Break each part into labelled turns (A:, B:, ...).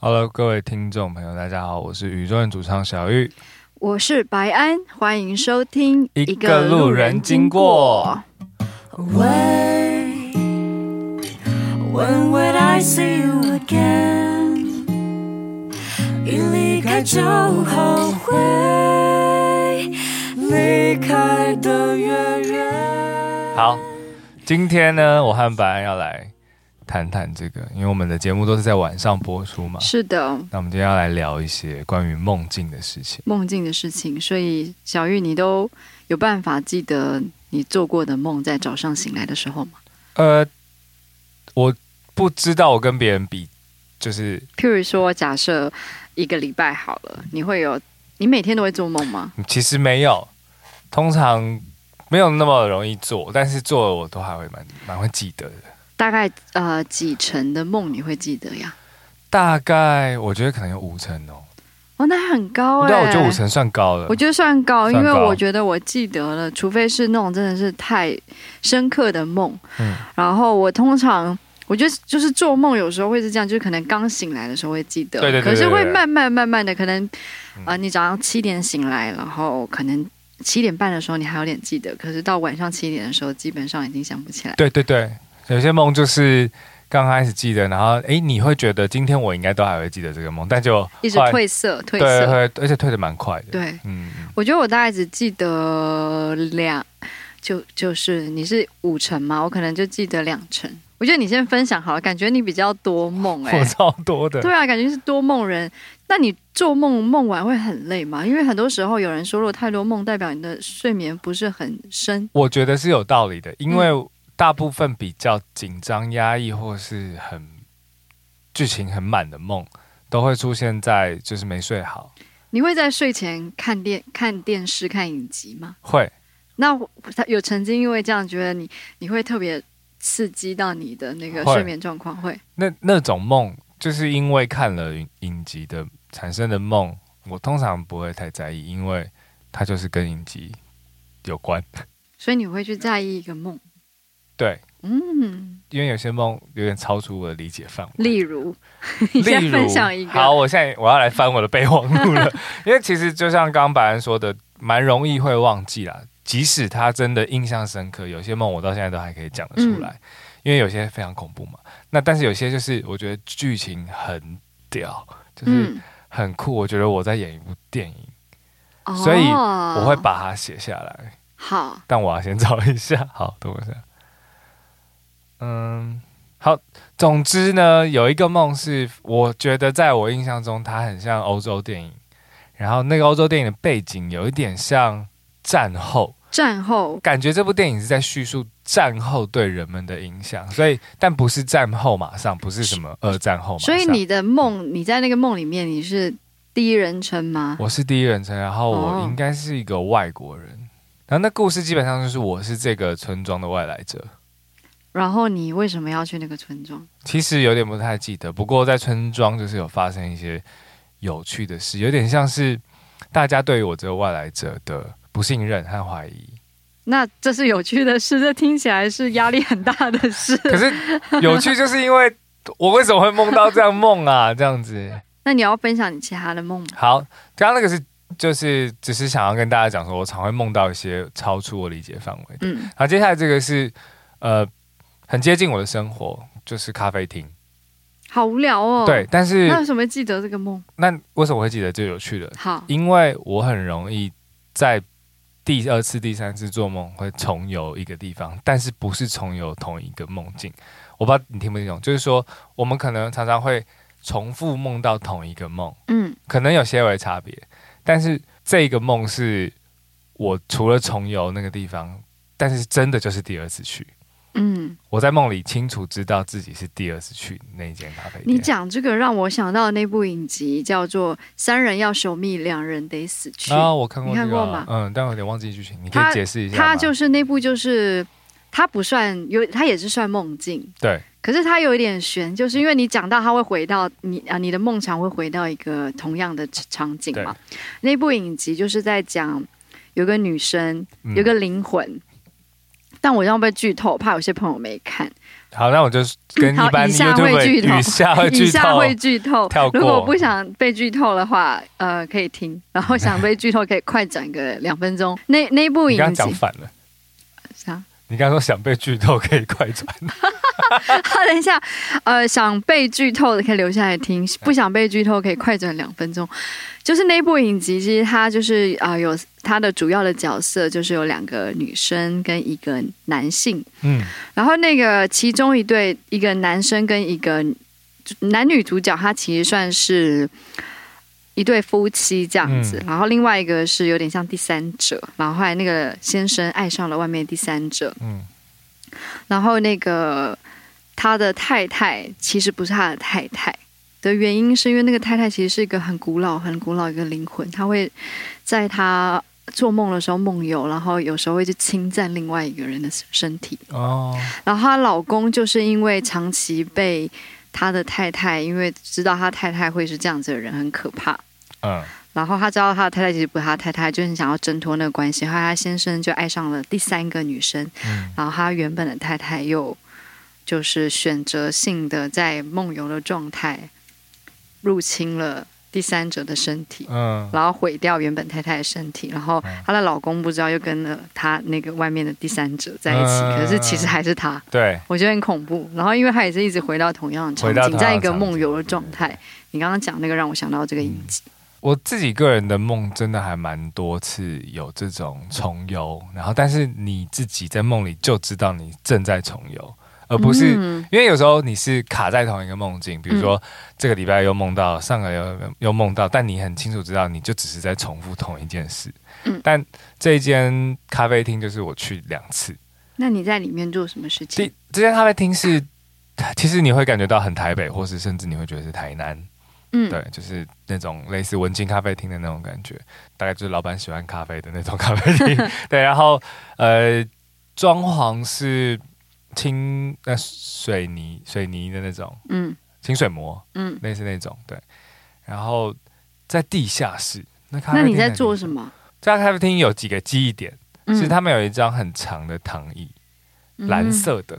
A: Hello，各位听众朋友，大家好，我是宇宙人主唱小玉。
B: 我是白安，欢迎收听
A: 一个路人经过。
C: Wait, when would I see you again？一离开就后悔，离开的越远。
A: 好，今天呢，我和白安要来谈谈这个，因为我们的节目都是在晚上播出嘛。
B: 是的，
A: 那我们今天要来聊一些关于梦境的事情。
B: 梦境的事情，所以小玉，你都有办法记得你做过的梦，在早上醒来的时候吗？
A: 呃，我不知道我跟别人比，就是
B: 譬如说，假设一个礼拜好了，你会有，你每天都会做梦吗？
A: 嗯其实没有，通常没有那么容易做，但是做了我都还会蛮蛮会记得的。
B: 大概呃几成的梦你会记得呀？
A: 大概我觉得可能有五成哦，
B: 哦，那还很高哎、
A: 对啊，我觉得五成算高了
B: 我。觉得算高，因
A: 算
B: 为
A: 高
B: 我觉得我记得了，除非是那种真的是太深刻的梦。
A: 嗯
B: 然后我通常我觉得就是做梦有时候会是这样，就是可能刚醒来的时候会记得，
A: 对对对对
B: 可是会
A: 对嗯
B: 慢慢慢慢的，可能啊、呃你早上七点醒来，然后可能七点半的时候你还有点记得，可是到晚上七点的时候，基本上已经想不起来。
A: 对对对，有些梦就是刚开始记得，然后诶，你会觉得今天我应该都还会记得这个梦，但就
B: 一直
A: 后来
B: 褪色，褪
A: 对
B: 色，
A: 对，对而且退的蛮快的。
B: 对
A: 嗯，嗯
B: 我觉得我大概只记得两，就就是你是五成嘛，我可能就记得两成。我觉得你先分享好了，感觉你比较多梦 哎、
A: 我超多的。
B: 对啊，感觉是多梦人。那你做梦梦完会很累吗？因为很多时候有人说，如果太多梦，代表你的睡眠不是很深。
A: 我觉得是有道理的，因为
B: 嗯
A: 大部分比较紧张、压抑或是很剧情很满的梦，都会出现在就是没睡好。
B: 你会在睡前看电看电视看影集吗？
A: 会，
B: 那我有曾经因为这样觉得你你会特别刺激到你的那个
A: 会
B: 睡眠状况会。
A: 那那种梦，就是因为看了影影集的产生的梦，我通常不会太在意，因为它就是跟影集有关。
B: 所以你会去在意一个梦，
A: 对，
B: 嗯，
A: 因为有些梦有点超出我的理解范 围。
B: 例如，
A: 例
B: 你先
A: 如，
B: 分享一个，
A: 好，我现在我要来翻我的备忘录 了，因为其实就像刚刚白安说的，蛮容易会忘记啦。即使他真的印象深刻，有些梦我到现在都还可以讲得出来，
B: 嗯
A: 因为有些非常恐怖嘛。那但是有些就是我觉得剧情很屌，就是
B: 嗯，
A: 很酷，我觉得我在演一部电影，
B: 哦
A: 所以我会把它写下来。
B: 好，
A: 但我要先找一下， 好，等我一下。嗯，好，总之呢，有一个梦是我觉得在我印象中它很像欧洲电影，然后那个欧洲电影的背景有一点像战后，
B: 战后
A: 感觉这部电影是在叙述战后对人们的影响，所以但不是战后马上，不是什么二战后马上，
B: 所以你的梦，你在那个梦里面你是第一人称吗？
A: 我是第一人称，然后我
B: 哦
A: 应该是一个外国人，然后那故事基本上就是我是这个村庄的外来者，
B: 然后你为什么要去那个村庄？
A: 其实有点不太记得，不过在村庄就是有发生一些有趣的事，有点像是大家对于我这个外来者的不信任和怀疑。
B: 那这是有趣的事，这听起来是压力很大的事。
A: 可是有趣就是因为我为什么会梦到这样梦啊？这样子。
B: 那你要分享你其他的梦吗？
A: 好，刚刚那个是就是只是想要跟大家讲说，我常会梦到一些超出我理解范围的。
B: 嗯，
A: 好，接下来这个是呃很接近我的生活，就是咖啡厅。
B: 好无聊哦。
A: 对，，但是
B: 那为什么记得这个梦？
A: 那为什么我会记得就有趣的？
B: 好，
A: 因为我很容易在第二次、第三次做梦会重游一个地方，但是不是重游同一个梦境。我不知道你听不听懂，就是说我们可能常常会重复梦到同一个梦，
B: 嗯，
A: 可能有些微差别，但是这个梦是我除了重游那个地方，但是真的就是第二次去。
B: 嗯，
A: 我在梦里清楚知道自己是第二次去那间咖啡
B: 你
A: 店。
B: 讲这个让我想到那部影集，叫做《三人要守密，两人得死去》。
A: 啊、我看过
B: 你
A: 这
B: 看
A: 个
B: 过
A: 啊、
B: 吗
A: 嗯，但我有点忘记剧情，你可
B: 它
A: 以解释一下吗。
B: 他就是那部就是他不算有，他也是算梦境，
A: 对，
B: 可是他有一点悬，就是因为你讲到他会回到你啊，你的梦场会回到一个同样的场景嘛。那部影集就是在讲有个女生
A: 嗯
B: 有个灵魂，但我要被剧透，怕有些朋友没看。
A: 好，那我就跟
B: 嗯好
A: 一般
B: 以下会
A: YouTube
B: 剧透
A: 以下会
B: 以
A: 啊剧
B: 下
A: 透，
B: 会剧透
A: 跳，过
B: 如果不想被剧透的话，呃，可以听；然后想被剧透，可以快转个两分钟。那那部
A: 你
B: 影
A: 刚刚
B: 集
A: 讲反了，
B: 啥？
A: 你刚刚说想被剧透可以快转，
B: 等一下，呃，想被剧透的可以留下来听，不想被剧透可以快转两分钟。就是那部影集，其实它就是啊、呃有它的主要的角色就是有两个女生跟一个男性，
A: 嗯，
B: 然后那个其中一对，一个男生跟一个呃男女主角，他其实算是一对夫妻这样子。然后另外一个是有点像第三者，然后后来那个先生爱上了外面的第三者，
A: 嗯，
B: 然后那个他的太太其实不是他的太太。的原因是因为那个太太其实是一个很古老、很古老一个灵魂，她会在她做梦的时候梦游，然后有时候会去侵占另外一个人的身体。
A: 哦，
B: 然后她老公就是因为长期被他的太太，因为知道他太太会是这样子的人，很可怕。
A: 嗯，
B: 然后他知道他的太太其实不是他的太太，就很想要挣脱那个关系。后来他先生就爱上了第三个女生，
A: 嗯
B: 然后他原本的太太又就是选择性的在梦游的状态入侵了第三者的身体。
A: 嗯，
B: 然后毁掉原本太太的身体，然后她的老公不知道又跟了她那个外面的第三者在一起，
A: 嗯
B: 可是其实还是她。
A: 对，
B: 我觉得很恐怖。然后，因为他也是一直回到同样的场
A: 回到同样的
B: 景，在一个梦游的状态。你刚刚讲那个让我想到这个
A: 嗯
B: 影集，
A: 我自己个人的梦真的还蛮多次有这种重游，然后但是你自己在梦里就知道你正在重游，而不是、
B: 嗯
A: 因为有时候你是卡在同一个梦境，比如说这个礼拜又梦到，上个又又梦到，但你很清楚知道你就只是在重复同一件事。
B: 嗯
A: 但这一间咖啡厅就是我去两次，
B: 那你在里面做什么事情
A: 第？这间咖啡厅是，其实你会感觉到很台北，或是甚至你会觉得是台南，
B: 嗯，
A: 对，就是那种类似文青咖啡厅的那种感觉，大概就是老板喜欢咖啡的那种咖啡厅。 对，然后呃，装潢是清呃水泥水泥的那种
B: 嗯
A: 清水膜，
B: 嗯。
A: 类似那种对。然后在地下室，那咖啡
B: 那
A: 厅
B: 你在做
A: 么？
B: 什么？
A: 这家咖啡厅有几个记忆点，是
B: 嗯，
A: 他们有一张很长的躺椅，
B: 嗯
A: 蓝。色的，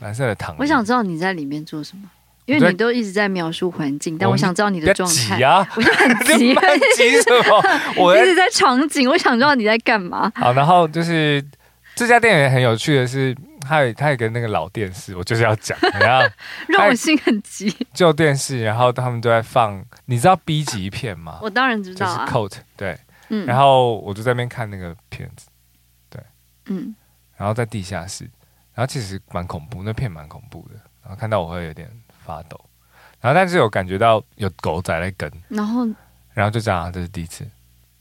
A: 蓝色的躺椅。
B: 我想知道你在里面做什么，因
A: 我
B: 为
A: 在
B: 你都一直在描述环境，但
A: 我
B: 我想知道你
A: 不
B: 的
A: 要
B: 状态
A: 急。啊，
B: 我就 很 急，
A: 慢急什么？我在
B: 一直在场景，我想知道你在干 嘛。
A: 好，然后就是这家店也很有趣的是，它有它有一个那个老电视，我就是要讲，然后
B: 让我心 很急。
A: 旧电视，然后他们都在放，你知道 B 级片吗？
B: 我当然知
A: 就
B: 道
A: 是
B: 啊。
A: Coat 对，
B: 嗯
A: 然后我就在那边看那个片子，
B: 嗯，
A: 然后在地下室，然后其实蛮恐怖，那片蛮恐怖的，然后看到我会有点发抖，然后但是有感觉到有狗仔在跟，
B: 然后
A: 然后就这样，这是第一次，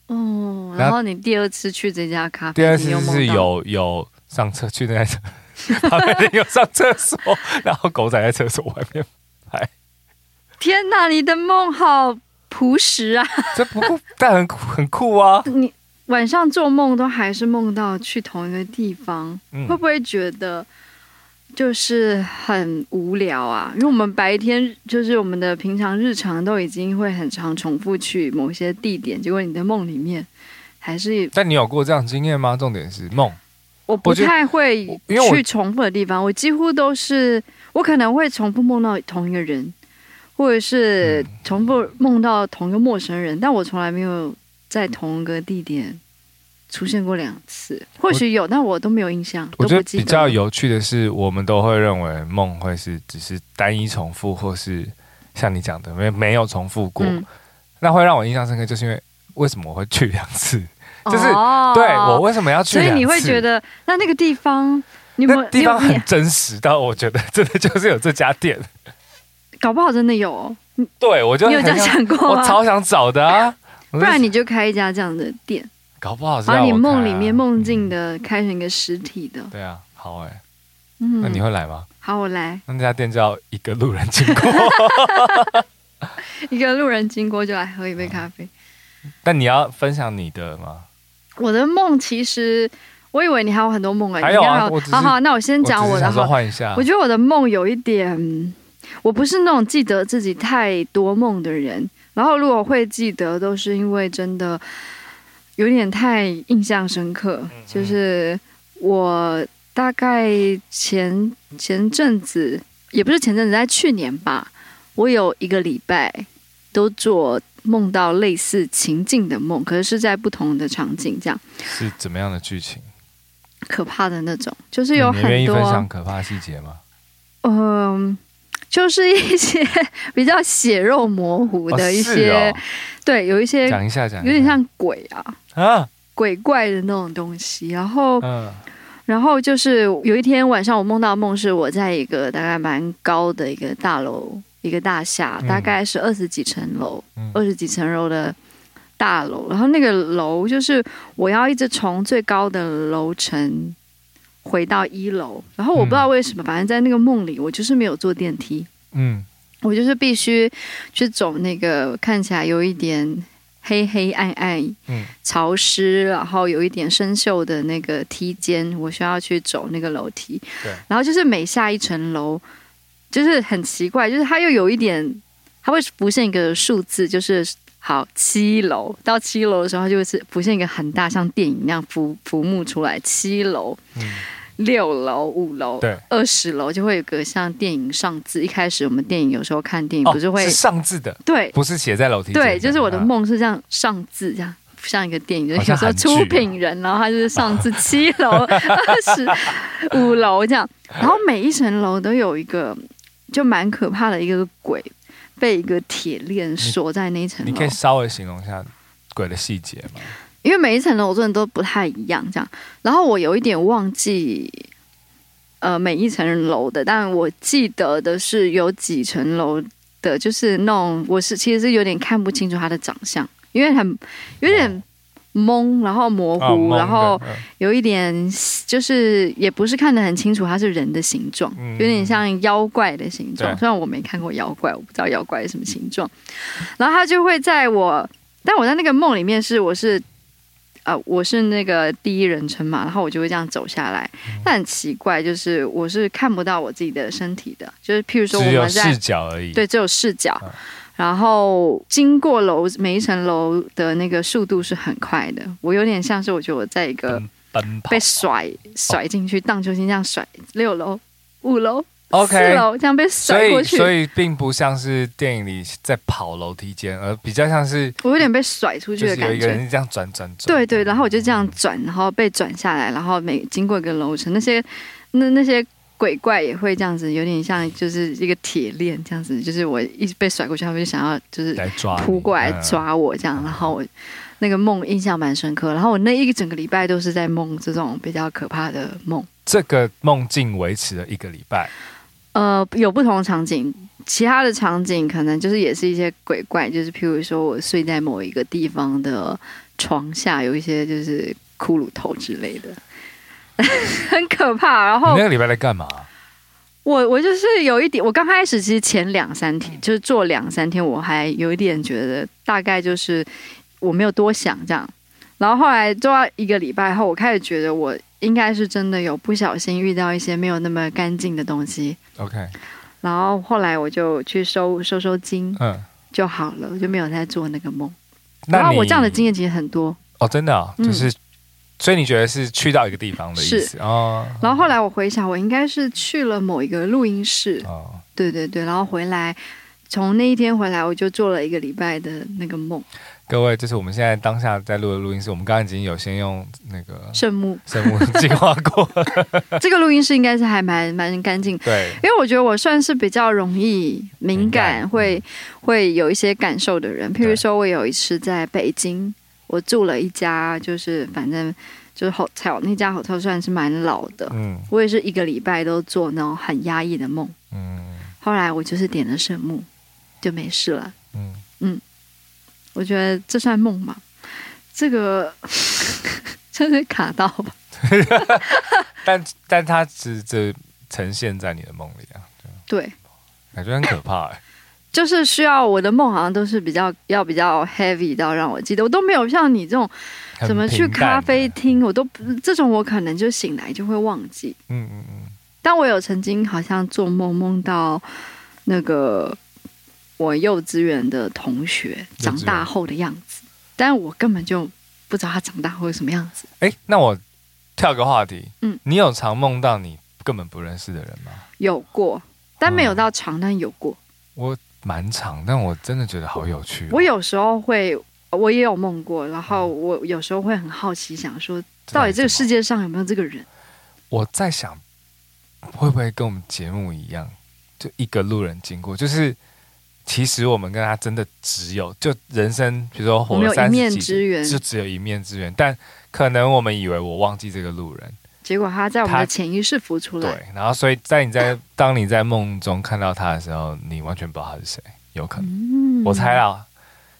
B: 哦，
A: 然
B: 然
A: 后
B: 后你第二次去这家咖啡，
A: 第二
B: 你
A: 次
B: 又梦
A: 是
B: 到
A: 有有上厕去那个 厕，他们有上厕所，然后狗仔在厕所外面拍，
B: 天哪，你的梦好朴实啊！
A: 这不酷，但很酷很酷啊。
B: 你晚上做梦都还是梦到去同一个地方，
A: 嗯
B: 会，不会觉得就是很无聊啊？因为我们白天就是我们的平常日常都已经会很常重复去某些地点，结果你的梦里面还是
A: 但你有过这样的经验吗？重点是梦，
B: 我不
A: 我觉得
B: 太会
A: 因为我
B: 去重复的地方，我几乎都是我可能会重复梦到同一个人，或者
A: 嗯
B: 是重复梦到同一个陌生人，但我从来没有在同一个地点出现过两次，或许有，但我都没有印象，
A: 我
B: 都
A: 觉
B: 不
A: 得
B: 记
A: 比较
B: 了。
A: 有趣的是，我们都会认为梦会是只是单一重复，或是像你讲的没没有重复过。
B: 嗯
A: 那会让我印象深刻，就是因为为什么我会去两次？就是
B: 哦
A: 对我为什么要去
B: 所
A: 两次？
B: 以你会觉得那那个地方，你有没
A: 那
B: 有
A: 地方
B: 你有
A: 很真实到我觉得真的就是有这家店。
B: 搞不好真的有、哦，
A: 对，我就
B: 你有这样
A: 很
B: 想过
A: 我
B: 吗？
A: 超想找的啊！不
B: 不然你就开一家这样的店，
A: 搞不好是
B: 把
A: 让
B: 你
A: 我看啊
B: 梦里面梦境的开成一个实体的。
A: 对啊，好哎、
B: 嗯，
A: 那你会来吗？
B: 好，我来
A: 那家店叫一个路人经 过，
B: 一个路人经过就来喝一杯咖啡。
A: 但你要分享你的吗？
B: 我的梦其实，我以为你还有很多梦哎、
A: 还
B: 你
A: 有
B: 应
A: 啊
B: 该还
A: 我只是
B: 好好，那我先讲
A: 我
B: 我
A: 只是
B: 的
A: 想说
B: 好。
A: 换一下
B: 我，觉得我的梦有一点，我不是那种记得自己太多梦的人，然后如果会记得，都是因为真的
A: 嗯
B: 有点太印象深刻，就是我。大概前前阵子，也不是前阵子，在去年吧，我有一个礼拜都做梦到类似情境的梦，可是是在不同的场景，这样
A: 是怎么样的剧情？
B: 可怕的那种，就是
A: 你
B: 有
A: 们愿
B: 很
A: 意
B: 多，
A: 分享
B: 嗯、
A: 可怕细节吗？
B: 就是一些 比较血肉模糊
A: 哦
B: 的一
A: 是
B: 些，
A: 哦
B: 对，有一些
A: 讲一下讲一下，
B: 有点像鬼啊。
A: 啊，
B: 鬼怪的那种东西，然后，
A: 嗯
B: 然后就是有一天晚上，我梦到梦是我在一个大概蛮高的一个大楼，一个大厦，
A: 嗯
B: 大概是二十几层楼，
A: 嗯
B: 二十几层楼的大楼，然后那个楼就是我要一直从最高的楼层回到一楼，然后我不知道为什么，反正在那个梦里，我就是没有坐电梯，
A: 嗯，
B: 我就是必须去走那个看起来有一点黑黑暗暗、
A: 嗯
B: 潮湿，然后有一点生锈的那个梯间，我需要去走那个楼梯。
A: 对
B: 然后就是每下一层楼，就是很奇怪，就是它又有一点，它会浮现一个数字，就是。好，七楼到七楼的时候，它就会是浮现一个很大，像电影那样浮浮幕出来。七楼，
A: 嗯
B: 六楼、五楼
A: 对、
B: 二十楼就会有个像电影上字。一开始我们电影有时候看电影
A: 哦，
B: 不是会、
A: 是上字的，
B: 对
A: 不是写在楼梯间的。
B: 对，就是我的
A: 啊，
B: 梦是这样上字这样。像一个电影，就
A: 好
B: 是有
A: 像
B: 时候
A: 韩剧啊
B: 出品人，然后他就是上至七 楼、二十五楼这样，然后每一层楼都有一个就蛮可怕的一个鬼，被一个铁链锁在那一层
A: 你可
B: 楼
A: 以。稍微形容一下鬼的细节吗？
B: 因为每一层楼真的都不太一样，这样。然后我有一点忘记，呃，每一层楼的，但我记得的是有几层楼的，就是那种我是其实是有点看不清楚他的长相，因为很有点懵，然后模
A: 哦啊
B: 糊，
A: 蒙的
B: 然后
A: 嗯
B: 有一点就是也不是看得很清楚，它是人的形状，
A: 嗯
B: 有点像妖怪的形状。
A: 对
B: 虽然我没看过妖怪，我不知道妖怪是什么形状。然后他就会在我，但我在那个梦里面是我是。啊、我是那个第一人称嘛，然后我就会这样走下来。
A: 嗯
B: 但很奇怪，就是我是看不到我自己的身体的，就是譬如说
A: 只
B: 我
A: 有
B: 们在
A: 视角而已。
B: 对，只有视角
A: 嗯。
B: 然后经过楼每一层楼的那个速度是很快的，我有点像是我觉得我在一个
A: 奔，奔跑
B: 被甩甩进去荡秋千这样甩六楼、五楼、四
A: OK。
B: 楼这样被
A: 所
B: 甩过
A: 以，
B: 去，
A: 所以并不像是电影里在跑楼梯间，而比较像是
B: 我有点被甩出去
A: 就
B: 的
A: 是有
B: 感
A: 一个
B: 觉。
A: 人这样转转嗯转。
B: 对对，然后我就这样转，然后被转下来，然后每经过一个楼层，那些那那些鬼怪也会这样子，有点像就是一个铁链这样子，就是我一直被甩过去，他们就想要就是
A: 来抓你
B: 扑过来
A: 嗯
B: 抓我这样，然后我那个梦印象蛮深刻，然后我那一整个礼拜都是在梦这种比较可怕的梦，
A: 这个梦境维持了一个礼拜，
B: 呃，有不同的场景，其他的场景可能就是也是一些鬼怪，就是譬如说我睡在某一个地方的床下，有一些就是骷髅头之类的， 很可怕。然
A: 你
B: 后
A: 那个礼拜在干嘛？
B: 我我就是有一点，我刚开始其实前两三天就是做两三天，我还有一点觉得大概就是我没有多想这样，然后后来做到一个礼拜后，我开始觉得我应该是真的有不小心遇到一些没有那么干净的东西，
A: OK，
B: 然后后来我就去收收收精
A: 嗯，
B: 就好了，我就没有再做那个梦。然
A: 那
B: 后
A: 你
B: 我这样的经验其实很多，
A: 哦，真的啊，
B: 嗯
A: 就是，所以你觉得是去到一个地方的意思哦
B: 然后后来我回想，我应该是去了某一个录音室，
A: 哦，
B: 对对对，然后回来，从那一天回来，我就做了一个礼拜的那个梦，
A: 各位，就是我们现在当下在录的录音室，我们刚刚已经有先用那个。
B: 圣木
A: 生物进化过，
B: 这个录音室应该是还蛮蛮干净，
A: 对，
B: 因为我觉得我算是比较容易敏
A: 敏感
B: 感，会会有一些感受的人。譬如
A: 对
B: 说，我有一次在北京，我住了一家，就是反正就是 hotel，那家 hotel 算是蛮老的，
A: 嗯
B: 我也是一个礼拜都做那种很压抑的梦。
A: 嗯
B: 后来我就是点了圣木，就没事了。
A: 嗯，
B: 我觉得这算梦吗？这个 真是卡到吧？
A: 但但它只只呈现在你的梦里啊，
B: 对，
A: 感觉很可怕哎、
B: 就是需要我的梦好像都是比较要比较 heavy 到让我记得，我都没有像你这种
A: 很
B: 怎么去
A: 平淡欸
B: 咖啡
A: 的？
B: 厅，我都不这种我可能就醒来就会忘记。
A: 嗯嗯嗯，
B: 但我有曾经好像做梦梦到那个我幼稚园的同学
A: 园
B: 长大后的样子，但我根本就不知道他长大后是什么样子。
A: 哎、那我跳个话题，
B: 嗯
A: 你有常梦到你根本不认识的人吗？
B: 有过，但没有到长，但有过。
A: 我蛮长，但我真的觉得好有趣哦、
B: 我有时候
A: 嗯
B: 会，我也有梦过，然后我有时候会很好奇，想说到底这个世
A: 界，
B: 界上有没有这个人？
A: 我在想，会不会跟我们节目一样，就一个路人经过，就是其实我们跟他真的只有就人生，比如说
B: 我
A: 活
B: 们有
A: 了
B: 一
A: 三
B: 面
A: 十
B: 之
A: 几，
B: 缘，
A: 就只有一面之缘，但可能我们以为我忘记这个路人，
B: 结果他在我们
A: 他
B: 的潜意识浮出来。
A: 对，然后所以在你在当你在梦中看到他的时候，你完全不知道他是谁，有可能。
B: 嗯
A: 我猜啦，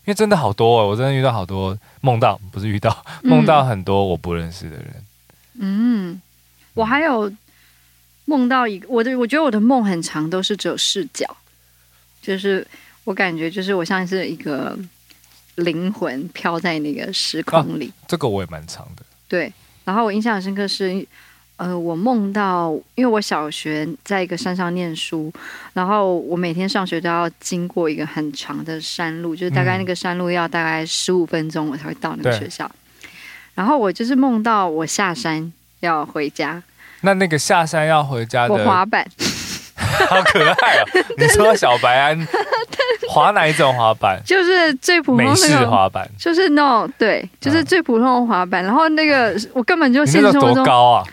A: 因为真的好多、哦，我真的遇到好多梦到，不是遇到 梦到很多我不认识的人。
B: 嗯，我还有梦到一个，我的我觉得我的梦很长，都是只有视角，就是我感觉就是我像是一个灵魂飘在那个时空里，
A: 这个我也蛮长的，
B: 对。然后我印象很深刻是，呃，我梦到，因为我小学在一个山上念书，然后我每天上学都要经过一个很长的山路，就是大概
A: 嗯
B: 那个山路要大概十五分钟我才会到那个
A: 对
B: 学校。然后我就是梦到我下山要回家，
A: 那那个下山要回家
B: 我
A: 的，
B: 滑板，
A: 好可爱 哦！你说小白安滑哪一种滑板？
B: 就是最普通
A: 美式
B: 那种，
A: 滑板，
B: 就是那种对，就是最普通的滑板。然后那个我根本就
A: 你
B: 现
A: 那个
B: 实生活
A: 多
B: 中
A: 高啊？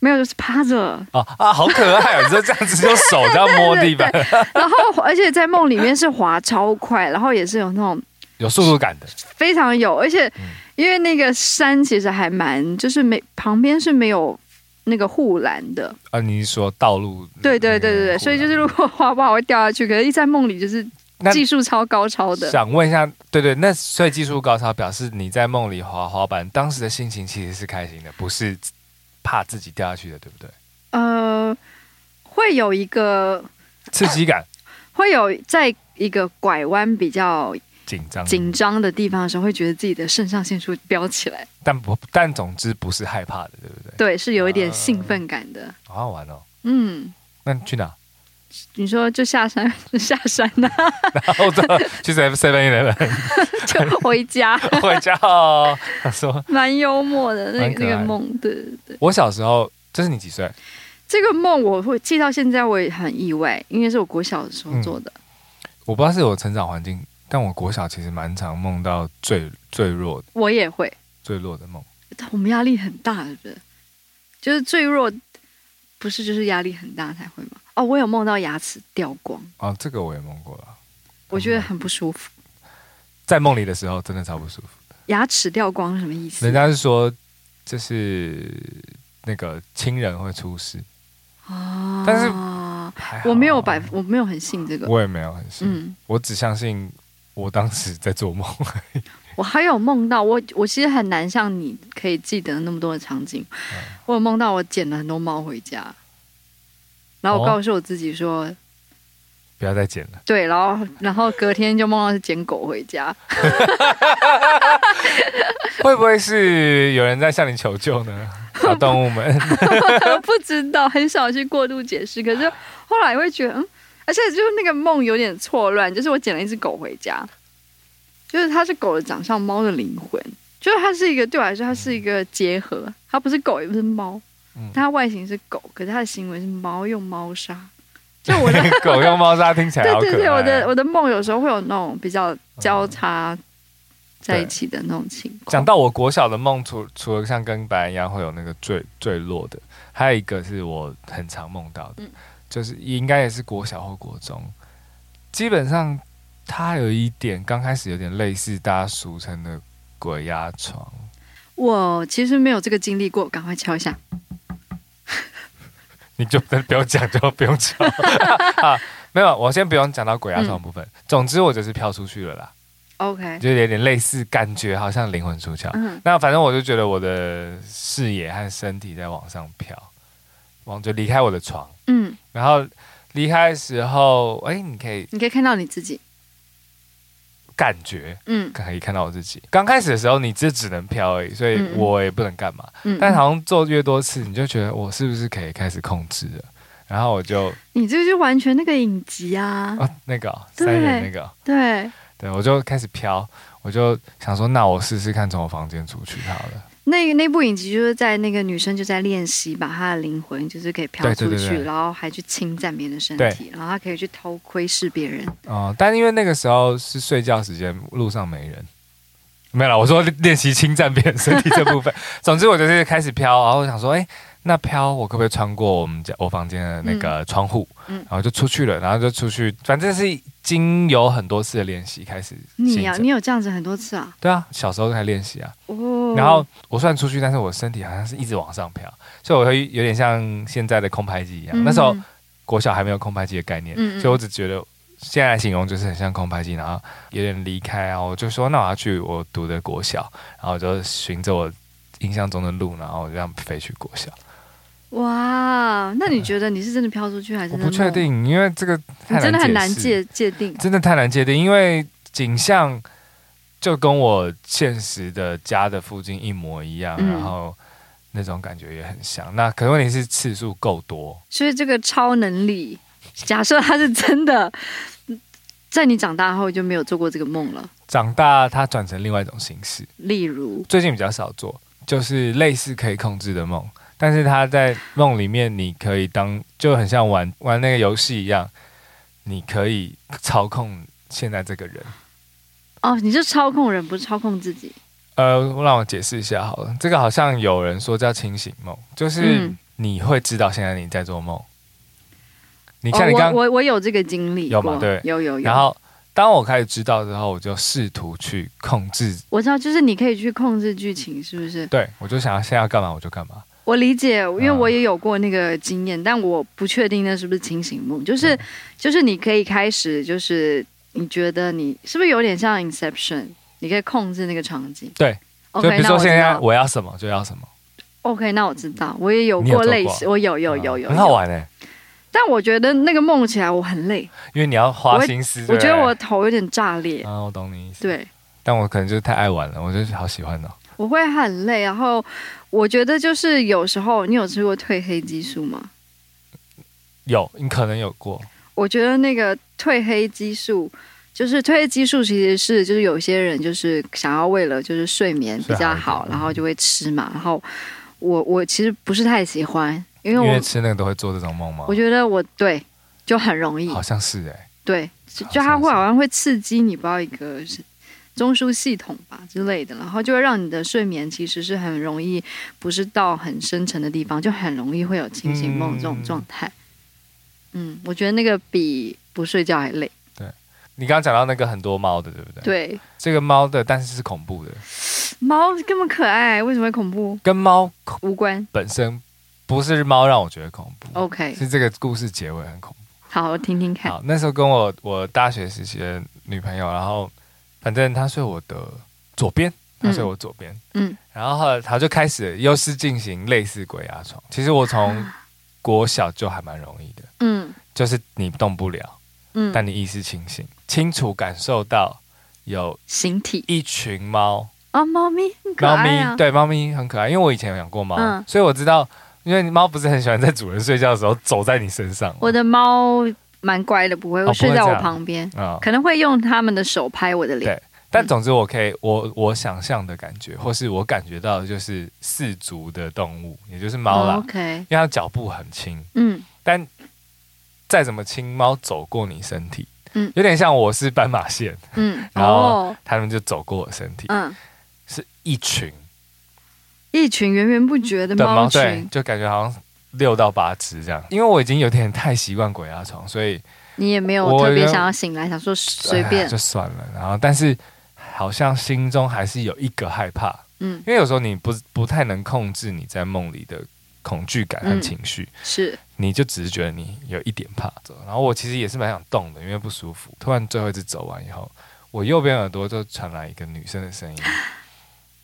B: 没有，就是趴着。
A: 哦啊，好可爱哦！你就这样子用手这样摸地 板，
B: 然后而且在梦里面是滑超快，然后也是有那种
A: 有速度感的。
B: 非常有，
A: 嗯
B: 而且因为那个山其实还蛮，就是没旁边是没有那个护栏的。
A: 啊，你是说道路？
B: 对对对对对，所以就是如果滑不好会掉下去，可是一在梦里就是
A: 那
B: 技术超高超的。
A: 想问一下，对对，那所以技术高超表示你在梦里滑滑板，当时的心情其实是开心的，不是怕自己掉下去的，对不对？
B: 呃，会有一个
A: 刺激感、
B: 会有在一个拐弯比较
A: 紧张，
B: 紧张的地方的时候，会觉得自己的肾上腺素飙起来，
A: 但不，但总之不是害怕的，对不对？
B: 对，是有一点
A: 啊
B: 兴奋感的。
A: 好好玩哦。
B: 嗯，
A: 那你去哪？
B: 你说就下山 就下山啊呐、
A: 然后就去 Seven Eleven
B: 就回 家，
A: 回家哦。他说，
B: 蛮幽默的那
A: 蛮可
B: 个
A: 爱
B: 那个梦，对对对，
A: 我小时候，这是你几岁？
B: 这个梦我会记到现在，我也很意外，因为是我国小的时候做
A: 嗯
B: 的。
A: 我不知道是我成长环境，但我国小其实蛮常梦到最最弱
B: 我也会，
A: 最弱的梦。
B: 但我们压力很大，是不是？就是最弱，不是就是压力很大才会吗？哦，我有梦到牙齿掉光，
A: 哦，这个我也梦过了，
B: 我觉得很不舒服。
A: 在梦里的时候真的超不舒服。
B: 牙齿掉光是什么意思？
A: 人家是说，就是那个亲人会出事，
B: 啊，
A: 但是还好
B: 我没有百，，我没有很信这个。
A: 我也没有很信，
B: 嗯，
A: 我只相信我当时在做梦。
B: 我还有梦到我，我其实很难像你可以记得那么多的场景。
A: 嗯
B: 我有梦到我捡了很多猫回家，然后我
A: 哦
B: 告诉我自己说，
A: 不要再剪了，
B: 对，然后然后隔天就梦到是捡狗回家，
A: 会不会是有人在向你求救 呢？小动物们，
B: 不知道很少去过度解释，可是后来会觉得，嗯，而且就是那个梦有点错乱，就是我捡了一只狗回家，就是它是狗的长相，猫的灵魂，就是它是一个对我来说，它是一个结合，它不是狗也不是猫，
A: 嗯
B: 但它外形是狗，可是它的行为是猫，用猫砂，就我的
A: 嗯 狗用猫砂听起来
B: 对
A: 好可爱。哦
B: 对对，我的我的梦有时候会有那种比较交叉在一起的那种情
A: 讲
B: 况。
A: 到我国小的梦，除除了像跟白人一样会有那个坠坠落的，还有一个是我很常梦到的，
B: 嗯
A: 就是应该也是国小或国中，基本上它有一点刚开始有点类似大家俗称的鬼压床，
B: 我其实没有这个经历过，赶快敲一下。
A: 你就不用讲，就不用讲 啊。没有，我先不用讲到鬼压床的部分。总之，我就是飘出去了啦，
B: OK，
A: 就有点类似感觉，好像灵魂出窍。
B: 嗯，
A: 那反正我就觉得我的视野和身体在往上飘，往就离开我的床，
B: 嗯，
A: 然后离开的时候，哎、你可以
B: 你可以看到你自己，
A: 感觉
B: 嗯
A: 可以看到我自己。刚开始的时候，你这只能飘而已，所以
B: 嗯
A: 我也不能干嘛。
B: 嗯。
A: 但好像做越多次，你就觉得我是不是可以开始控制了？然后我就
B: 你这就是完全那个影集啊，
A: 啊，那个哦
B: 对
A: 三人那个哦，
B: 对，
A: 对我就开始飘，我就想说，那我试试看从我房间出去好了。
B: 那那部影集就是在那个女生就在练习把她的灵魂就是可以飘
A: 对
B: 出
A: 对
B: 去，
A: 对对
B: 然后还去侵占别人的身体，然后她可以去偷窥视别人。
A: 哦，但因为那个时候是睡觉时间，路上没人。没有啦，我说练习侵占别人身体这部分。总之，我就是开始飘，然后我想说，哎、那飘我可不可以穿过我们家我房间的那个窗户？
B: 嗯
A: 然后就出去了，然后就出去，反正是经由很多次的练习开始
B: 你
A: 形
B: 呀、
A: 成。
B: 你有这样子很多次啊？
A: 对啊，小时候在练习啊。
B: 哦，
A: 然后我虽然出去，但是我身体好像是一直往上飘，所以我会有点像现在的空拍机一样。那时候
B: 嗯
A: 国小还没有空拍机的概念，
B: 嗯嗯
A: 所以我只觉得现在形容就是很像空拍机，然后有点离开啊，我就说那我要去我读的国小，然后我就循着我印象中的路，然后我就这样飞去国小。
B: 哇，那你觉得你是真的飘出去还是
A: 我
B: 真的
A: 不确
B: 梦，
A: 定，因为这个太
B: 你真的很难
A: 解释
B: 界界定。
A: 真的太难界定，因为景象就跟我现实的家的附近一模一样，
B: 嗯
A: 然后那种感觉也很像。那可是问题是次数够多，
B: 所以这个超能力，假设它是真的，在你长大后就没有做过这个梦了。
A: 长大它转成另外一种形式，
B: 例如，
A: 最近比较少做，就是类似可以控制的梦，但是它在梦里面你可以当就很像玩玩那个游戏一样，你可以操控现在这个人。
B: 哦，你是操控人，不是操控自己。
A: 呃，让我解释一下好了，这个好像有人说叫清醒梦，就是
B: 嗯
A: 你会知道现在你在做梦。你
B: 你
A: 像你
B: 哦、
A: 刚，
B: 我我我有这个经历
A: 有吗
B: 过
A: 对
B: 有有有。
A: 然后当我开始知道之后，我就试图去控制，
B: 我知道，就是你可以去控制剧情，是不是？
A: 对我就想要现在要干嘛我就干嘛。
B: 我理解，因
A: 啊
B: 为我也有过那个经验，但我不确定那是不是清醒梦，就是、
A: 嗯
B: 就是你可以开始，就是你觉得你是不是有点像 Inception，你可以控制那个场景。
A: 对
B: ，OK，
A: 就比如
B: 那
A: 说
B: 我知
A: 现在
B: 道。
A: 我要什么就要什么，
B: OK，那我知道，我也有
A: 你有
B: 过
A: 做
B: 类
A: 过
B: 似，我有有有
A: 嗯
B: 有，
A: 很好
B: 有。
A: 玩哎、
B: 但我觉得那个梦起来我很累，
A: 因为你要花心思。
B: 我觉得我
A: 对
B: 头有点炸
A: 不
B: 裂
A: 对。啊，我懂你意思。，
B: 对，
A: 但我可能就是太爱玩了，我就是好喜欢哦。
B: 我会很累，然后我觉得就是有时候你有吃过褪黑激素吗？
A: 有，你可能有过，
B: 我觉得那个褪黑激素。就是褪黑激素其实是就是有些人就是想要为了就是睡眠比较
A: 睡好一
B: 好，
A: 点嗯
B: 然后就会吃嘛。然后我我其实不是太喜欢，因为
A: 因
B: 我
A: 为吃那个都会做这种梦吗
B: 我？觉得我对就很容易
A: 好像是哎、
B: 对，就
A: 好
B: 就它
A: 像
B: 会
A: 是
B: 好像会刺激你，不知道一个是中枢系统吧之类的，然后就会让你的睡眠其实是很容易不是到很深沉的地方，就很容易会有清醒梦这种
A: 嗯
B: 状态。嗯我觉得那个比不睡觉还累。
A: 你刚刚讲到那个很多猫的，对不对？
B: 对，
A: 这个猫的，但是是恐怖的，
B: 猫这么可爱，为什么会恐怖？
A: 跟猫
B: 无关。
A: 本身不是猫让我觉得恐怖，
B: OK，
A: 是这个故事结尾很恐怖。
B: 好，我听听看。
A: 好，那时候跟我我大学时期的女朋友，然后反正她睡我的左边，她睡我左边，
B: 嗯，
A: 然后后来她就开始又是进行类似鬼压床。其实我从
B: 啊
A: 国小就还蛮容易的，
B: 嗯
A: 就是你动不了，
B: 嗯，
A: 但你意识清醒，清楚感受到有
B: 形体
A: 一群猫
B: 啊，猫咪很可
A: 猫
B: 爱
A: 咪
B: 啊。
A: 对猫咪很可爱，因为我以前有养过猫，
B: 嗯
A: 所以我知道，因为猫不是很喜欢在主人睡觉的时候走在你身上嘛。
B: 我的猫蛮乖的，不会
A: 哦不会
B: 睡在
A: 这
B: 我
A: 样
B: 旁边。
A: 啊、
B: 可能会用他们的手拍我的脸。
A: 对，但总之我可以，我我想象的感
B: 嗯
A: 觉，或是我感觉到的就是四足的动物，也就是猫啦，
B: o k
A: 因为它脚步很轻，
B: 嗯
A: 但再怎么轻，猫走过你身体，
B: 嗯
A: 有点像我是斑马线，
B: 嗯，
A: 然后
B: 哦，
A: 它们就走过我身体，
B: 嗯，
A: 是一群
B: 一群源源不绝的
A: 的猫，
B: 猫
A: 对
B: 群，，
A: 就感觉好像。六到八只这样，因为我已经有点太习惯鬼压床，所以
B: 你也没有
A: 我
B: 特别
A: 有
B: 想要醒来，想说随
A: 哎呀
B: 便，
A: 就算了。然后，但是好像心中还是有一个害怕，
B: 嗯，
A: 因为有时候你不不太能控制你在梦里的恐惧感和
B: 嗯
A: 情绪，
B: 是，
A: 你就只是觉得你有一点怕。然后我其实也是蛮想动的，因为不舒服。突然最后一次走完以后，我右边耳朵就传来一个女生的声音，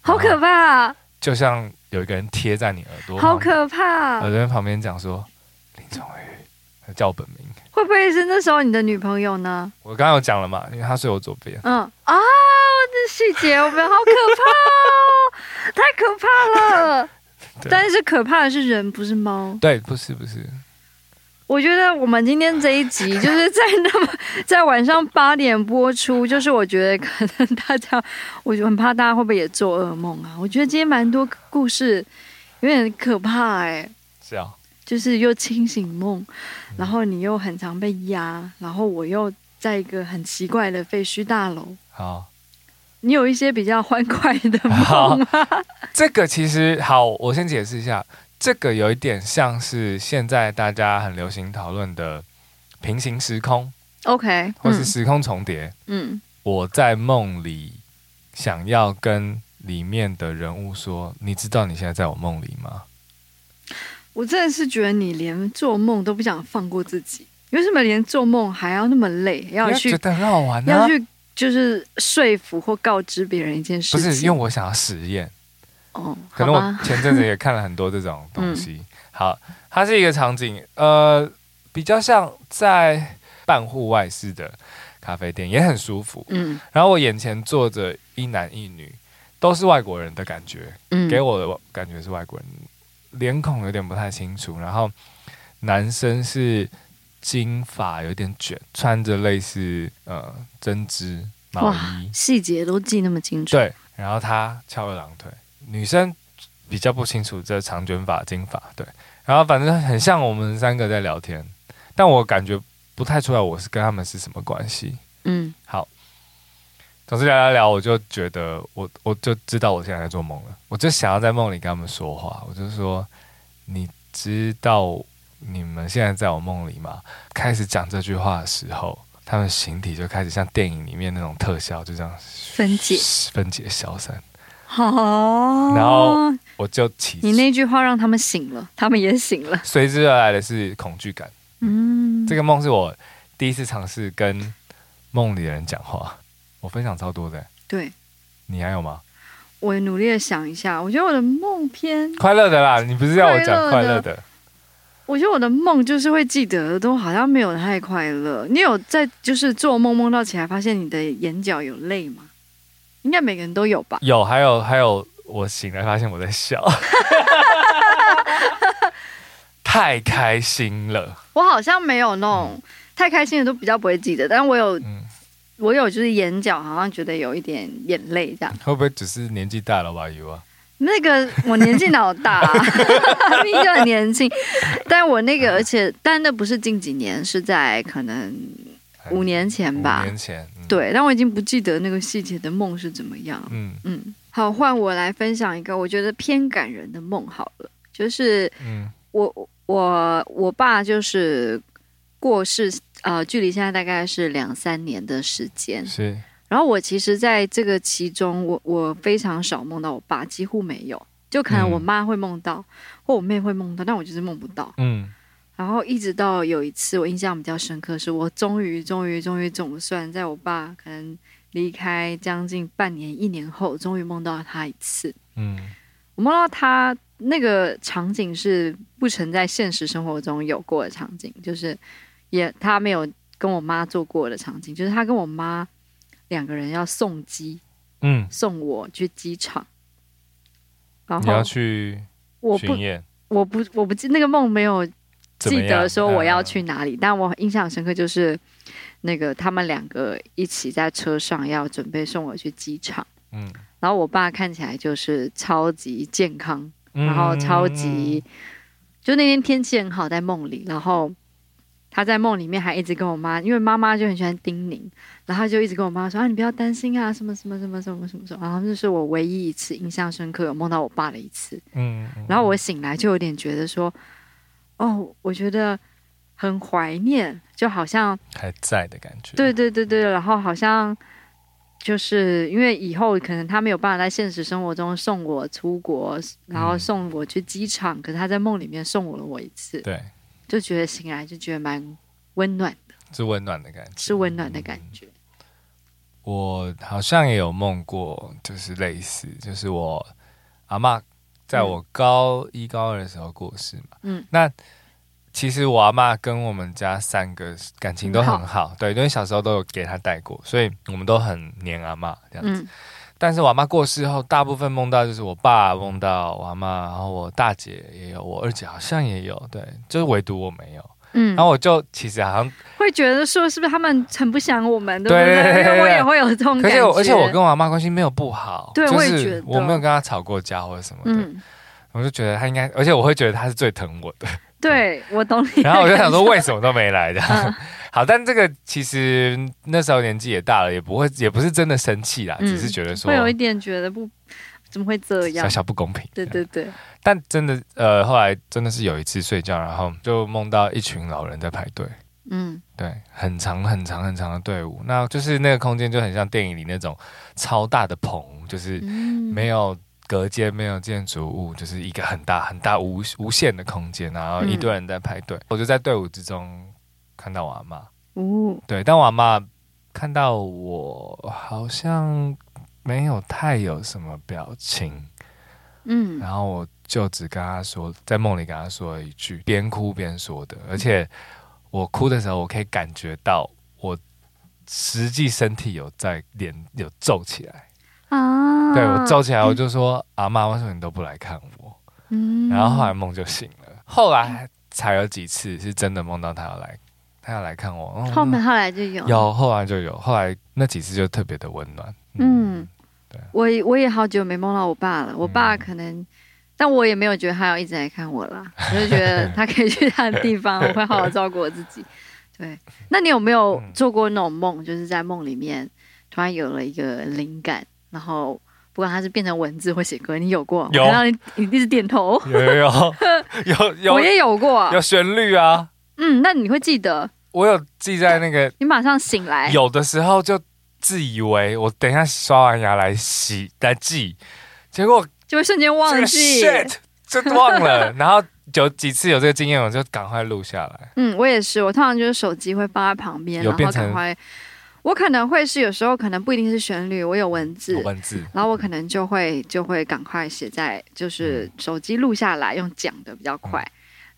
B: 好可怕啊，
A: 就像有一个人贴在你耳朵
B: 好
A: 旁，
B: 可怕
A: 耳
B: 啊，
A: 朵旁边讲说林崇宇，叫我本名。
B: 会不会是那时候你的女朋友呢？
A: 我刚刚有讲了嘛，因为他睡我左边，
B: 嗯啊，我的细节，我们好可怕 哦，太可怕了。
A: 对
B: 但是可怕的是人，不是猫。
A: 对，不是不是，
B: 我觉得我们今天这一集就是在那么在晚上八点播出，就是我觉得可能大家，我就很怕大家会不会也做噩梦啊？我觉得今天蛮多故事有点可怕哎、
A: 是啊，
B: 就是又清醒梦，然后你又很常被压，然后我又在一个很奇怪的废墟大楼。
A: 好，
B: 你有一些比较欢快的
A: 好
B: 梦 吗？
A: 这个其实好，我先解释一下，这个有一点像是现在大家很流行讨论的平行时空
B: OK，
A: 或是时空重叠。
B: 嗯
A: 我在梦里想要跟里面的人物说，你知道你现在在我梦里吗？
B: 嗯，我真的是觉得你连做梦都不想放过自己，你为什么连做梦还要那么累，要
A: 因为
B: 去
A: 觉得很好玩啊
B: 要。去就是说服或告知别人一件事
A: 不
B: 情？
A: 是，因为我想要实验，
B: 哦，
A: 可
B: 好
A: 能
B: 吧
A: 我，前阵子也看了很多这种东 西。嗯好，它是一个场景，呃，比较像在半户外式的咖啡店，也很舒服。
B: 嗯
A: 然后我眼前坐着一男一女，都是外国人的感觉，
B: 嗯，
A: 给我的感觉是外国人，脸孔有点不太清楚。然后男生是金发，有点卷，穿着类似呃针织毛
B: 哇
A: 衣，
B: 细节都记那么清楚，
A: 对，然后他翘二郎腿，女生比较不清楚这长卷发、金发，对，然后反正很像我们三个在聊天，但我感觉不太出来我是跟他们是什么关系。
B: 嗯
A: 好，总之聊聊聊，我就觉得我我就知道我现在在做梦了，我就想要在梦里跟他们说话，我就说你知道你们现在在我梦里吗？开始讲这句话的时候，他们形体就开始像电影里面那种特效，就这样
B: 分解。
A: 分解消散，
B: 好，
A: 然后我就起
B: 你那句话让他们醒了，他们也醒了。
A: 随之而来的是恐惧感。
B: 嗯，
A: 这个梦是我第一次尝试跟梦里的人讲话，我分享超多的。
B: 对
A: 你还有吗？
B: 我努力的想一下，我觉得我的梦偏，
A: 快乐的啦，你不是要我讲快
B: 快
A: 乐
B: 乐的
A: 的？
B: 我觉得我的梦就是会记得的，都好像没有太快乐。你有在就是做梦梦到起来，发现你的眼角有泪吗？应该每个人都有吧。
A: 有，还有，还有，我醒来发现我在笑， 太开心了。
B: 我好像没有那种太开心的都比较不会记得，但我有
A: 嗯，
B: 我有就是眼角好像觉得有一点眼泪这样。
A: 会不会只是年纪大了吧？有啊，
B: 那个我年纪老大、 明明就很年轻，但我那个而且但那不是近几年，是在可能
A: 很
B: 五年前
A: 五
B: 吧。
A: 年前，嗯，
B: 对，但我已经不记得那个细节的梦是怎么样。
A: 嗯
B: 嗯，好，换我来分享一个我觉得偏感人的梦好了，就是
A: 嗯
B: 我我我爸就是过世，呃，距离现在大概是两三年的时间
A: 嗯，。是，
B: 然后我其实在这个其中，我我非常少梦到我爸，几乎没有。就可能
A: 嗯
B: 我妈会梦到，或我妹会梦到，但我就是梦不到。
A: 嗯
B: 然后一直到有一次，我印象比较深刻，是我终于、终于、终于总算在我爸可能离开将近半年、一年后，终于梦到他一次。
A: 嗯
B: 我梦到他那个场景是不曾在现实生活中有过的场景，就是也他没有跟我妈做过的场景，就是他跟我妈两个人要送机
A: 嗯，
B: 送我去机场，然
A: 你要
B: 后
A: 去
B: 我不
A: 巡演。
B: 我不我不记那个梦没有呃
A: 怎么
B: 记
A: 样啊
B: 得说啊我要去哪里，但我印象深刻就是那个他们两个一起在车上要准备送我去机场，
A: 嗯，
B: 然后我爸看起来就是超级健康，
A: 嗯
B: 然后超级，就那天天气很好，在梦里，然后他在梦里面还一直跟我妈，因为妈妈就很喜欢叮咛，然后他就一直跟我妈说啊，你不要担心啊，什么什么什么什么什么什么，然后这是我唯一一次印象深刻有梦到我爸的一次，
A: 嗯，嗯
B: 然后我醒来就有点觉得说，哦，我觉得很怀念，就好像
A: 还在的感觉。
B: 对，对对对，然后好像就是因为以后可能他没有办法在现实生活中送我出国，然后
A: 嗯
B: 送我去机场，可是他在梦里面送我了我一次，
A: 对，
B: 就觉得醒来就觉得蛮温暖的，
A: 是温暖的感觉。
B: 是温暖的感
A: 嗯
B: 觉。
A: 我好像也有梦过，就是类似，就是我阿嬷在我高一、高二的时候过世嘛。
B: 嗯，
A: 那其实我阿嬷跟我们家三个感情都很好，
B: 嗯
A: 对，因为小时候都有给她带过，所以我们都很黏阿嬷这样子。
B: 嗯
A: 但是我阿妈过世后，大部分梦到就是我爸梦到我阿妈，然后我大姐也有，我二姐好像也有，对，就是唯独我没有。
B: 嗯嗯
A: 然，后我就其实好像，
B: 会觉得说是不是他们很不想我们，对不
A: 对对对
B: 因
A: 对
B: 为 我也会有这种
A: 可
B: 感
A: 是
B: 觉。
A: 我而且我跟我阿妈关系没有不好，
B: 对
A: 就
B: 我也觉
A: 是
B: 得
A: 我没有跟她吵过架或者什么的，
B: 嗯，
A: 我就觉得她应该，而且我会觉得她是最疼我的。
B: 对我懂你的感受。
A: 然后我就想说，为什么都没来的？
B: 嗯
A: 好，但这个其实那时候年纪也大了，也不会，也不是真的生气啦，
B: 嗯
A: 只是觉得说
B: 会有一点觉得不怎么会这
A: 小
B: 样？
A: 小不公平。
B: 对对对，
A: 但真的，呃，后来真的是有一次睡觉，然后就梦到一群老人在排队，
B: 嗯
A: 对，很长很长很长的队伍，那就是那个空间就很像电影里那种超大的棚，就是
B: 嗯，
A: 没有隔间，没有建筑物，就是一个很大很大无无限的空间，然后一堆人在排
B: 嗯
A: 队，我就在队伍之中看到我阿妈，
B: 哦，
A: 对，但我阿妈看到我好像没有太有什么表情，
B: 嗯
A: 然后我就只跟她说，在梦里跟她说了一句，边哭边说的，而且我哭的时候，我可以感觉到我实际身体有在脸有皱起来，
B: 啊，
A: 对我皱起来，我就说、阿妈，为什么你都不来看我？
B: 嗯，
A: 然后后来梦就醒了，后来才有几次是真的梦到她要来，她要来看我，嗯
B: 后面后来就有
A: 有，后来就有，后来那几次就特别的温暖。
B: 嗯，
A: 对
B: 我也我也好久没梦到我爸了，我爸
A: 嗯
B: 可能，但我也没有觉得他要一直来看我啦，我就觉得他可以去他的地 方，我会好好照顾我自己。对，那你有没有
A: 嗯
B: 做过那种梦，就是在梦里面突然有了一个灵感，然后不管它是变成文字或写歌，你有过？
A: 有
B: 我看到你你一直点头，
A: 嗯有有 有有有
B: 我也有过。
A: 有旋律啊！
B: 嗯，那你会记得，
A: 我有记在那个，
B: 你马上醒来。
A: 有的时候就自以为我等一下刷完牙来洗来记，结果
B: 就会瞬间
A: 这
B: 忘
A: 个
B: 记。
A: shit 就忘了，然后有几次有这个经验，我就赶快录下来。
B: 嗯，我也是，我通常就是手机会放在旁边，
A: 有
B: 然
A: 变
B: 后
A: 成
B: 赶快。我可能会是有时候可能不一定是旋律，我有文字
A: 有，文字，
B: 然后我可能就会就会赶快写在
A: 嗯
B: 就是手机录下来，用讲的比较快，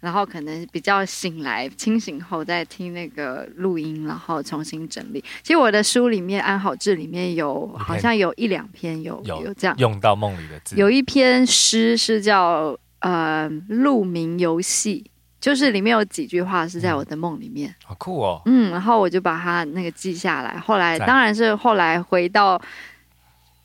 B: 然后可能比较醒来清醒后再听那个录音，然后重新整理。其实我的书里面《安好志》里面有
A: 篇
B: 好像有一两篇有
A: 有
B: 有这样，
A: 用到梦里的字，
B: 有一篇诗是叫呃《鹿鸣游戏》，就是里面有几句话是在
A: 嗯
B: 我的梦里面，
A: 好酷哦！
B: 嗯，然后我就把它那个记下来。后来
A: 在
B: 当然是后来回到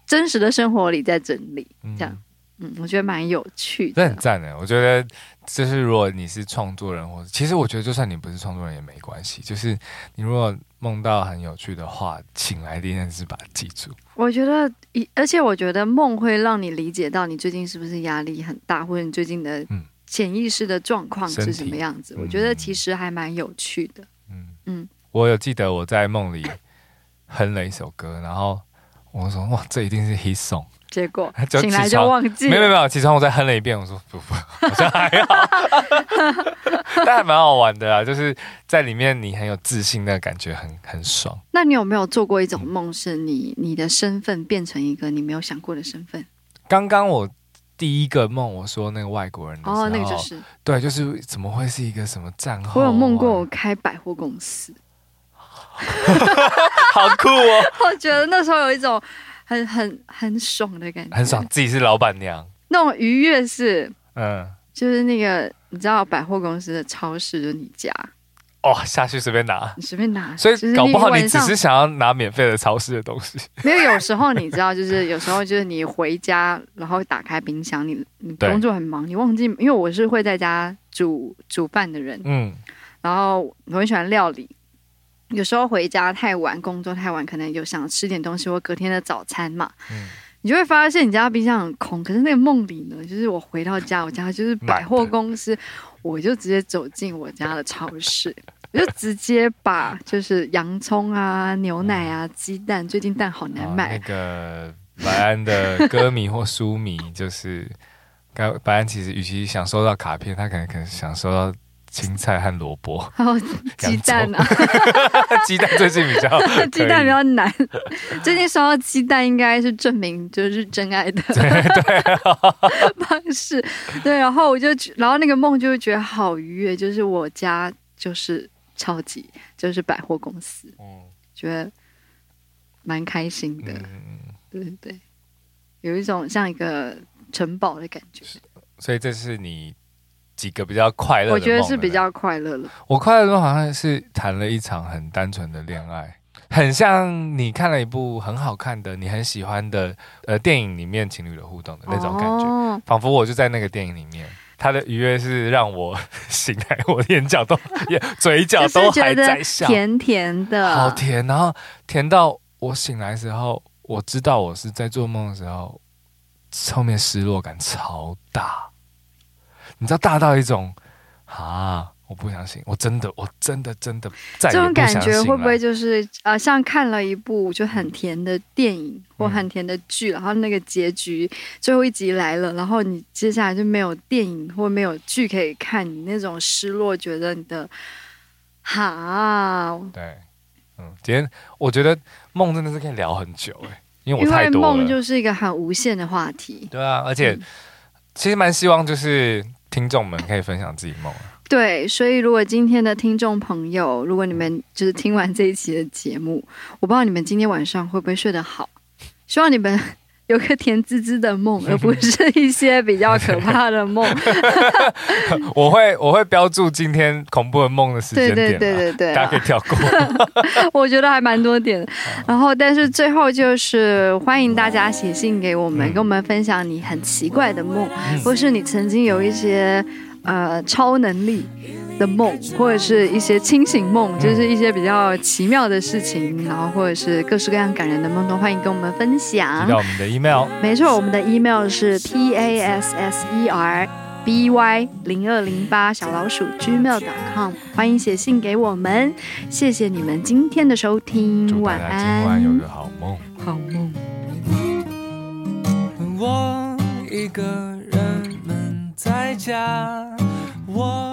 B: 真实的生活里再整理，
A: 嗯
B: 这样嗯，我觉得蛮有趣
A: 这很
B: 的。
A: 赞欸的，我觉得就是如果你是创作人，或者其实我觉得就算你不是创作人也没关系，就是你如果梦到很有趣的话，醒来第一件事把它记住。
B: 我觉得一，而且我觉得梦会让你理解到你最近是不是压力很大，或者你最近的
A: 嗯
B: 潜意识的状况
A: 身
B: 是
A: 体
B: 什么样子。
A: 嗯
B: 我觉得其实还蛮有趣的。
A: 嗯
B: 嗯
A: 我有记得我在梦里哼了一首歌，然后我说哇，这一定是 hit song。
B: 结果
A: 就
B: 醒来
A: 起
B: 就
A: 床
B: 忘记
A: 没有没
B: 了
A: 有，没有，起床我再哼了一遍，我说不不，好像还 好，但还蛮好玩的啊，就是在里面你很有自信，那个感觉很很爽。
B: 那你有没有做过一
A: 嗯
B: 种梦，是你你的身份变成一个你没有想过的身份？
A: 刚刚我第一个梦，我说那个外国人的时候，
B: 哦，那个就是
A: 对，就是怎么会是一个什么战后、啊
B: 我有梦过我，开百货公司，
A: 好酷哦，
B: 我觉得那时候有一种很很很爽的感 觉，
A: 很爽，，自己是老板娘，
B: 那种愉悦是
A: 嗯，
B: 就是那个你知道百货公司的超市就是你家，
A: 哦，下去随便拿。
B: 你随便拿，
A: 所
B: 就是
A: 以搞不好
B: 晚
A: 你只
B: 上
A: 是想要拿免费的超市的东西，
B: 没有，有时候你知道，就是有时候就是你回家，然后打开冰箱，你你
A: 对
B: 工作很忙，你忘记，因为我是会在家煮煮饭的人，
A: 嗯，
B: 然后我很喜欢料理。有时候回家太晚，工作太晚，可能有想吃点东西或隔天的早餐嘛，
A: 嗯
B: 你就会发现你家冰箱很空。可是那个梦里呢，就是我回到家，我家就是百货公司，我就直接走进我家的超市，我就直接把就是洋葱啊、牛奶啊、鸡蛋，最近蛋好 难
A: 好
B: 买、
A: 那，个白安的歌迷或书迷，就是该白安其实与其享受到卡片，他可能可能享受到青菜和萝卜
B: 还有鸡蛋啊，
A: 鸡蛋最近比较
B: 鸡蛋
A: 可
B: 比较难。 最近收到鸡蛋，应该是证明就是真爱的 方式。对，然后我就觉，然后那个梦就会觉得好愉悦，就是我家就是超级就是百货公司，
A: 以嗯
B: 觉得蛮开心的。
A: 嗯，
B: 对对对，有一种像一个城堡的感觉。
A: 所以这是你几个比较快乐的梦
B: 我
A: 了。
B: 觉得是比较快乐的。
A: 我快乐的梦好像是谈了一场很单纯的恋爱，很像你看了一部很好看的、你很喜欢的呃电影里面情侣的互动的那种感觉，
B: 哦
A: 仿佛我就在那个电影里面。他的愉悦是让我 醒来，我眼角都、 也嘴角
B: 就是
A: 都
B: 觉
A: 还
B: 得
A: 在笑，
B: 甜甜的，
A: 好甜。然后甜到我醒来的时候，我知道我是在做梦的时候，后面失落感超大，你知道大到一种啊，我不相信，我真的，我真的真的再也
B: 这种
A: 不相
B: 感
A: 信
B: 觉会不会
A: 了
B: 就是呃，像看了一部就很甜的电影或
A: 嗯
B: 很甜的剧，然后那个结局最后一集来了，然后你接下来就没有电影或没有剧可以看，你那种失落，觉得你的哈，
A: 对，嗯，今天我觉得梦真的是可以聊很久哎、因为
B: 因
A: 我太
B: 为
A: 多了，
B: 梦就是一个很无限的话题。
A: 对啊，而且、
B: 嗯
A: 其实蛮希望就是听众们可以分享自己梦啊。
B: 对，所以如果今天的听众朋友，如果你们就是听完这一期的节目，我不知道你们今天晚上会不会睡得好，希望你们 有个甜滋滋的梦，而不是一些比较可怕的梦。
A: 我会我会标注今天恐怖的梦的时
B: 对
A: 间点
B: 对
A: 啦，
B: 对对对
A: 大家
B: 啊
A: 可以，跳过。
B: 我觉得还蛮多点的。然后，但是最后就是欢迎大家写信给我们，
A: 嗯
B: 跟我们分享你很奇怪的梦，
A: 嗯
B: 或是你曾经有一些呃超能力的梦，
A: 嗯
B: 或者是一些清醒梦，就是一些比较奇妙的事情，然后或者是各式各样感人的梦，都欢迎跟我们分享
A: 寄到。我们的 email。
B: 没错，我们的 email 是 p a s s e r b y 零二零八小老鼠 gmail.com，欢迎写信给我们。谢谢你们今天的收听，
A: 祝大
B: 晚
A: 家
B: 安，
A: 今晚有个好梦。
B: 好梦。
D: 我一个人闷在家，我